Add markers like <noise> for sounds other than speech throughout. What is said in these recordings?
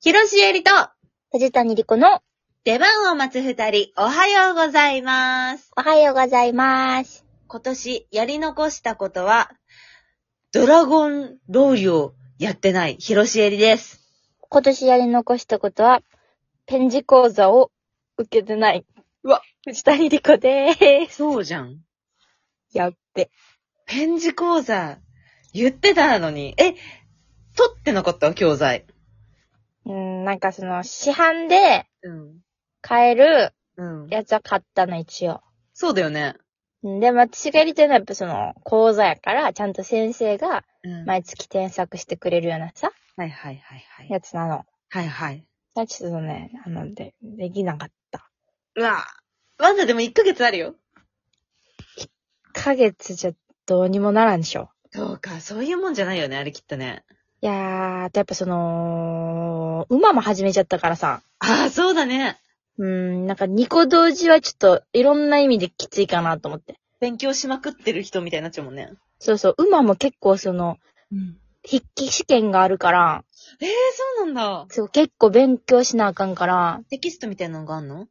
広しえりと、藤谷莉子の出番を待つ二人、おはようございます。おはようございます。今年やり残したことは、ドラゴンローリをやってない広しえりです。今年やり残したことは、ペン字講座を受けてない。うわ、藤谷莉子でーす。そうじゃん。やっべ。ペン字講座、言ってたのに。え、取ってなかった教材。うん、なんかその、市販でうん。買えるうん。やつは買ったの、一応。そうだよね。うんでも私がやりたいのはやっぱその、講座やから、ちゃんと先生がうんはい毎月添削してくれるようなさ、はいはいはい。やつなの。はいはい。だからちょっとね、あの、で、できなかった。うわまだでも1ヶ月あるよ。 1ヶ月じゃどうにもならんでしょ。そうか、そういうもんじゃないよね、あれきっとね。いやー、あとやっぱその、馬も始めちゃったからさ。ああ、そうだね。うーん、なんか2個同時はちょっといろんな意味できついかなと思って。勉強しまくってる人みたいになっちゃうもんね。そうそう、馬も結構その、うん。筆記試験があるから、ええそうなんだ。そう結構勉強しなあかんから、テキストみたいなのがあんの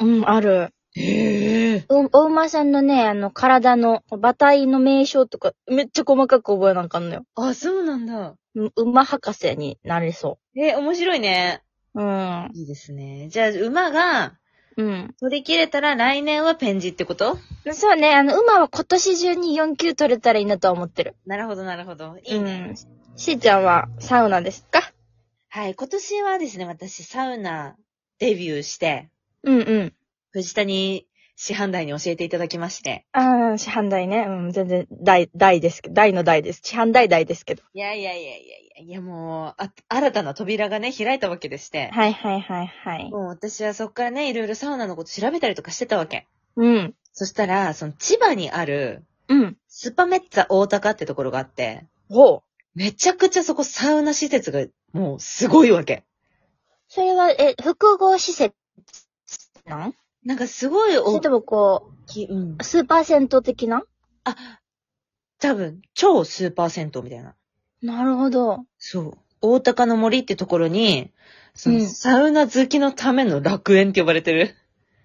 うん、ある。ええうお馬さんのね、あの、体の、馬体の名称とか、めっちゃ細かく覚えなあかんのよ。あ、そうなんだ。う馬博士になれそえー面白いね。う。うん。いいですね。じゃあ、馬がうん。取り切れたら来年はペン字ってことそうね、あの、馬は今年中に4級取れたらいいなとは思ってる。なるほど、なるほど。いいね。うん。しーちゃんはサウナですかはい、今年はですね、私、サウナデビューして、うんうん。藤谷師範代に教えていただきまして。ああ、市販代ね。うん、全然、代、代ですけど、代の代です。市販代代ですけど。いやいやいやいやいや、いやもう、あ、新たな扉がね、開いたわけでして。はいはいはいはい。もう私はそっからね、いろいろサウナのこと調べたりとかしてたわけ。うん。そしたら、その千葉にある、うん。スパメッツァ大高ってところがあって、ほう。めちゃくちゃそこサウナ施設がもうすごいわけ。それは、え、複合施設なんなんかすごいそれ大ともこきい、うんう、。スーパー銭湯的な多分、超スーパー銭湯みたいな。なるほど。そう。大高の森ってところに、そのうんサウナ好きのための楽園って呼ばれてる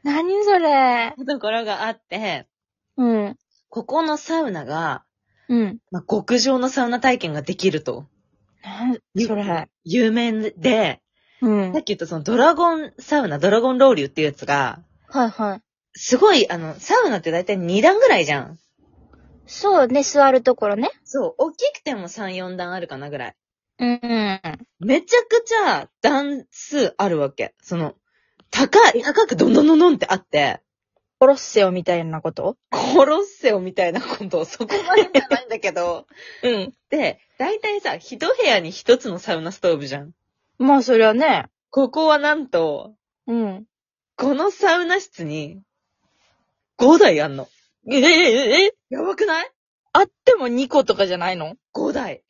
何それ。ところがあって、うん。ここのサウナが、うん。まあ、極上のサウナ体験ができると。なそれ。有名で、うん。さはっき言ったそのドラゴンサウナ、ドラゴンロウリュっていうやつが、いはい。すごい、あの、サウナって大体2段ぐらいじゃん。そうね、座るところね。そう、大きくても3、4段あるかなぐらい。うん。うんめちゃくちゃ段数あるわけ。その、高い、高くどんどんどんどんってあって、コロッセオみたいなことコロッセオみたいなこと、そこまでじゃないんだけ <laughs> ど。うん。で、大体さ、一部屋に一つのサウナストーブじゃん。まあ、そりゃね。ここはなんと、うん。このサウナ室に、5台あんの。え、え、え、やばくないあっても2個とかじゃないの ?5 台。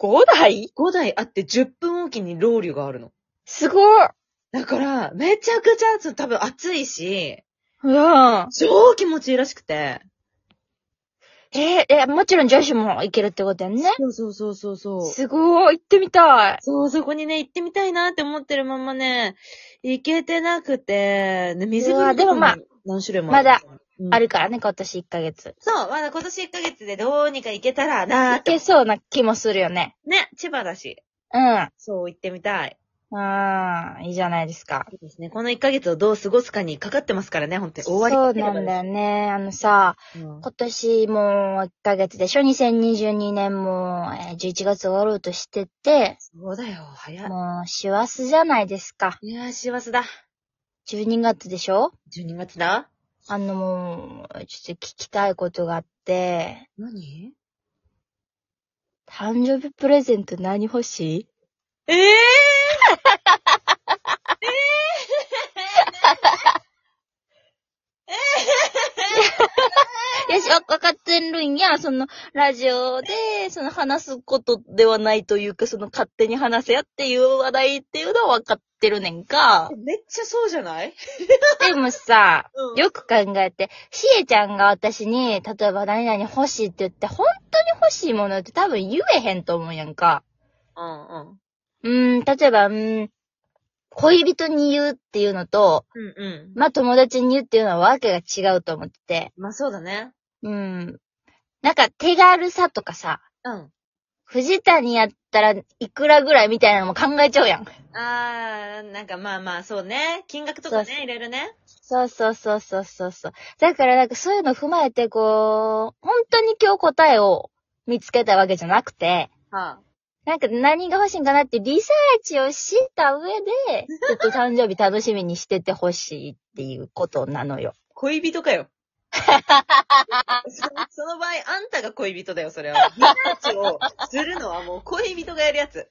?5 台5台あって10分おきにロウリュがあるの。すごい。だから、めちゃくちゃ、その多分暑いし、うん。超気持ちいいらしくて。え、え、もちろん女子も行けるってことやんね。そうそうそうそうそう。すごい。行ってみたい。そう、そこにね、行ってみたいなって思ってるままね、行けてなくて、ね、水うわでもまあ、何種類もうんあるからね、今年1ヶ月。そう、まだ今年1ヶ月でどうにか行けたらなー行って。けそうな気もするよね。ね、千葉だし。うん。そう、行ってみたい。うん。いいじゃないですか。そうですね。この1ヶ月をどう過ごすかにかかってますからね、本当に。終わりそうなんだよね。あのさ、うん今年も1ヶ月でしょ ?2022 年もえー11月終わろうとしてて、そうだよ、早い。もう師走じゃないですか。いやー、幸せだ。 12月でしょ12月だあのもう、ちょっと聞きたいことがあって、何誕生日プレゼント何欲しいええよし、わ、わかってるんや、その、ラジオで、その話すことではないというか、その勝手に話せやっていう話題っていうのはわかってるねんか。めっちゃそうじゃないでもさ、うんよく考えて、しえちゃんが私に、例えば何々欲しいって言って、本当に欲しいものって多分言えへんと思うやんか。うんうん。うーん、例えば、うーん、恋人に言うっていうのと、うんうまあ友達に言うっていうのはわけが違うと思ってて。ん。まあそうだね。うん。なんか手軽さとかさ、うん。藤谷やったらいくらぐらいみたいなのも考えちゃうやん。あー、なんかまあまあ、そうね。金額とかそうね、いろいろね。そうそうそうそうそうそう。だからなんかそういうの踏まえてこう、本当に今日答えを見つけたわけじゃなくて、はなんか何が欲しいんかなってリサーチをした上で、ちょっと誕生日楽しみにしててほしいっていうことなのよ。恋人か <laughs> よ。そその場合、あんたが恋人だよ、それは。リサーチをするのはもう恋人がやるやつ。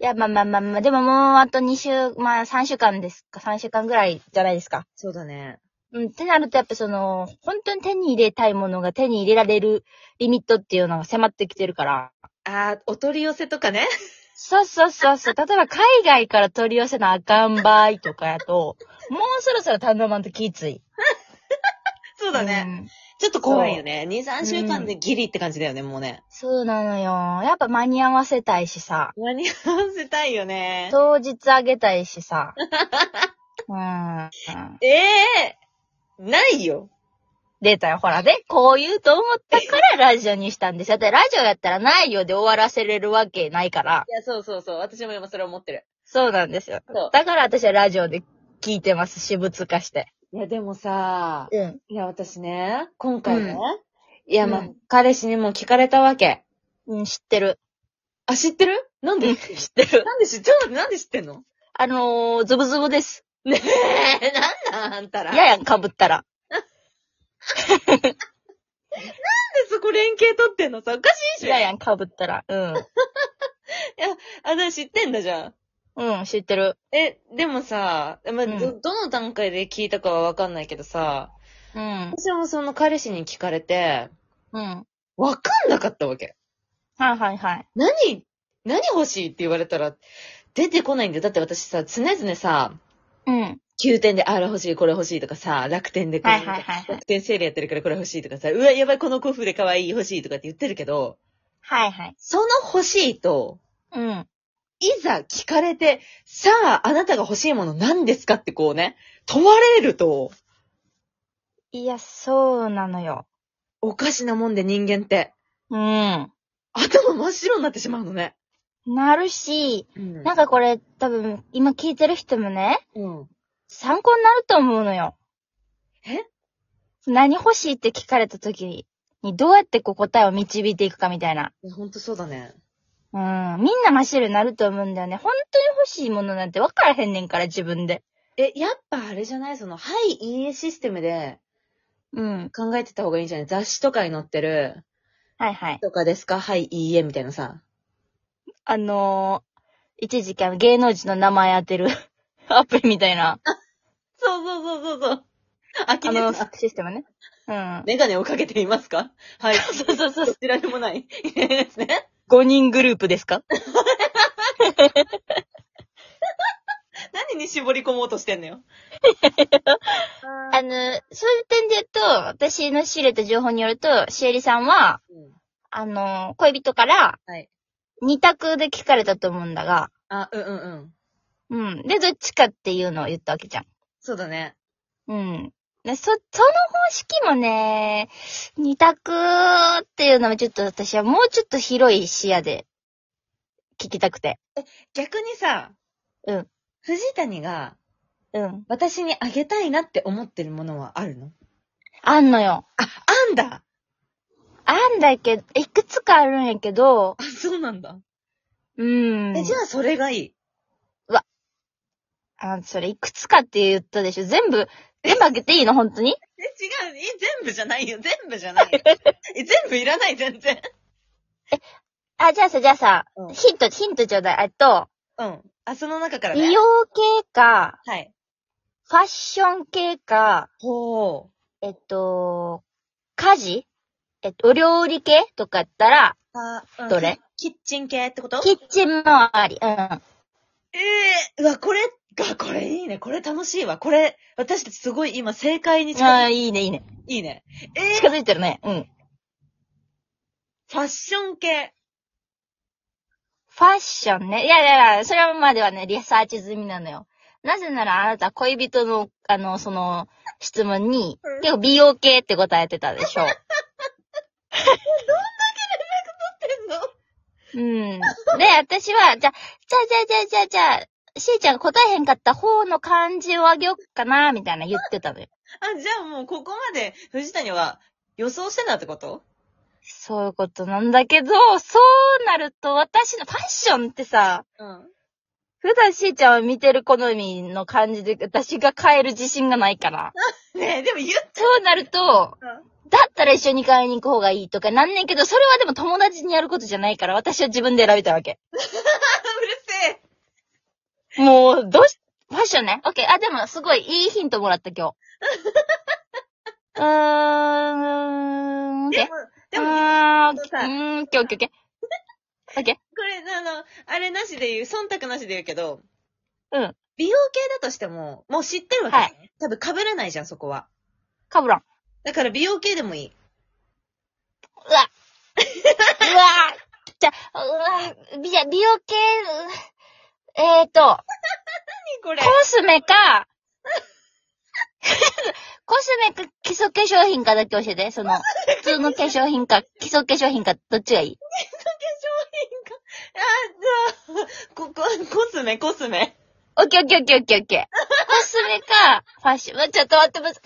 いや、まあまあまあまあ、でももうあと2週、まあ3週間ですか、3週間ぐらいじゃないですか。そうだね。うん、ってなるとやっぱその、本当に手に入れたいものが手に入れられるリミットっていうのが迫ってきてるから。あー、お取り寄せとかね。そうそうそうそう。例えば海外から取り寄せなあかん場合とかやと、もうそろそろ頼まんときつい。そうそだね。ちょっと怖いよね。2、3週間でギリって感じだよね、もうね。そうなのよ。やっぱ間に合わせたいしさ。間に合わせたいよね。当日あげたい <laughs> しさ。うん。ええー、ないよ。出たよ。ほらね、こう言うと思ったからラジオにしたんですよ。だってラジオやったらないよで終わらせれるわけないから。いや、そうそうそう。私も今それ思ってる。そうなんですよそう。だから私はラジオで聞いてます。私物化して。いや、でもさ、うん。いや、私ね、今回ね、いうや、んまあ、彼氏にも聞かれたわけ。うん、知ってる。あ、知ってるなんうでん、知ってる。なんで知ってるなんで知ってんのあのー、ズブズブです。ね <laughs> え、なんなんあんたら。嫌なんでやん、かぶったら。そこ連携取ってんのさ、おかしいじゃ嫌ん。やん、かぶったら。うあ、だから知ってんだじゃん。ん。うん、知ってる。え、でもさ、まあうんど、どの段階で聞いたかはわかんないけどさ、うん。私もその彼氏に聞かれて、うん。はわかんなかったわけ。いはいはい。何、何欲しいって言われたら、出てこないんだよ。だって私さ、常々さ、うん。 9点で、あれ欲しい、これ欲しいとかさ、楽天でこれ、はいはいはいはい楽天セールやってるからこれ欲しいとかさ、うわ、やばい、このコフで可愛い、欲しいとかって言ってるけど、はいはい。その欲しいと、うん。いざ聞かれて、さあ、あなたが欲しいもの何ですかってこうね、問われると、いや、そうなのよ。おかしなもんで人間って、うん。頭真っ白になってしまうのね。なるし、うんなんかこれ多分今聞いてる人もね、うん。参考になると思うのよ。え何欲しいって聞かれた時に、どうやってこう答えを導いていくかみたいな。いやほんとそうだね。うん。みんな真っ白になると思うんだよね。本当に欲しいものなんて分からへんねんから、自分で。え、やっぱあれじゃないその、はい、いいえシステムでうん。考えてた方がいいんじゃない雑誌とかに載ってる、はいはい。とかですかはい、いいえ、みたいなさ。あのー、一時期あの芸能人の名前当てる <laughs> アプリみたいな、そうそうそうそうそう。あきあね <laughs> の、さん、システムね。うん。メガネをかけていますかはい。そうそうそう。どちらでもない。ですね。 5人グループですか何に絞り込もうとしてんの <laughs> よ。あの、そういう点で言うと、私の仕入れた情報によると、しえりさんは、うんあのー、恋人から、はい二択で聞かれたと思うんだが、あ、うんうんうん。うん。で、どっちかっていうのを言ったわけじゃん。そうだね。うん。でそ、その方式もね、二択っていうのもちょっと私はもうちょっと広い視野で聞きたくて。逆にさ、うん。藤谷がうん。私にあげたいなって思ってるものはあるのあんのよ。あ、あんだあんだけど、いくつかあるんやけど、あ、そうなんだ。うん。え、じゃあそれがいい。あ、それいくつかって言ったでしょ全部、全部あげていいの本当にえ、違う。え、全部じゃないよ。全部じゃない <laughs> よ。え、全部いらない、全然。あ、じゃあさ、じゃあさ、うんヒント、ヒントちょうだい。えっと、うん。あ、その中からね。美容系か、はい。ファッション系か、ほう。えっと、家事えっと、お料理系とかやったら、あ、うんどれキキッチン系ってことキッチン周り。うん。ええうわ、これ、が、これいいね。これ楽しいわ。これ、私たちすごい今正解に近い。ああ、いいね、いいね。いいね。ええ近づいてるね。うん。ファッション系。 <laughs> ファッションね。いやいやいや、それまではね、リサーチ済みなのよ。なぜならあなた恋人の、あの、その、質問にうん、結構美容系って答えてたでしょ。うん。で、私は、じゃ、じゃあじゃあじゃあじゃあじゃあ、しーちゃんが答えへんかった方の漢字をあげよっかな、みたいな言ってたのよ。あ、じゃあもうここまで藤谷は予想してたってことそういうことなんだけど、そうなると私のファッションってさ、うん。普段しーちゃんは見てる好みの感じで、私が変える自信がないから。ねえ、でも言っそうなると、 <laughs> だったら一緒に買いに行く方がいいとかなんねんけど、それはでも友達にやることじゃないから、私は自分で選べたわけ。たうるせえ。もう、どうし、ファッションね。オッケー。あ、でも、すごいいいヒントもらった、 <laughs> 今日。うーん、オッケでーも。、でもでもう、ーん、うーん、オッケー、オッケー、オッケー。オッケこれ、あの、あれなしで言う、忖度なしで言うけど、うん。美容系だとしても、もう知ってるわけ、ねは多分被らないじゃん、そこは。ー。かぶらん。だから美容系でもいい。うわ。うわ。じゃ、うわ、美容美容系、うえーと、これコスメか、コスメか基礎化粧品かだけ教えて、<laughs> その、普通の化粧品か、基礎化粧品か、どっちがいいあ、あ、こ、こ、コスメ、コスメ。オッケーオッケーオッケーオッケーオッケー。コスメか、ファッションま。ちょっと待ってます。あ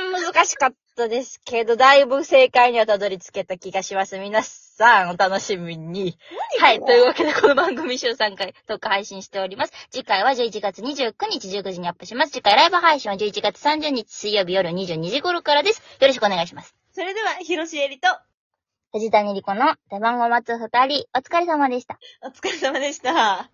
ー、難しかったですけど、だいぶ正解にはたどり着けた気がします。皆さん、お楽しみに。はい。というわけで、この番組週3回、とか配信しております。次回は11月29日19時にアップします。次回ライブ配信は11月30日水曜日夜22時頃からです。よろしくお願いします。それでは、広しえりと、藤谷莉子の出番を待つ二人、お疲れ様でした。お疲れ様でした。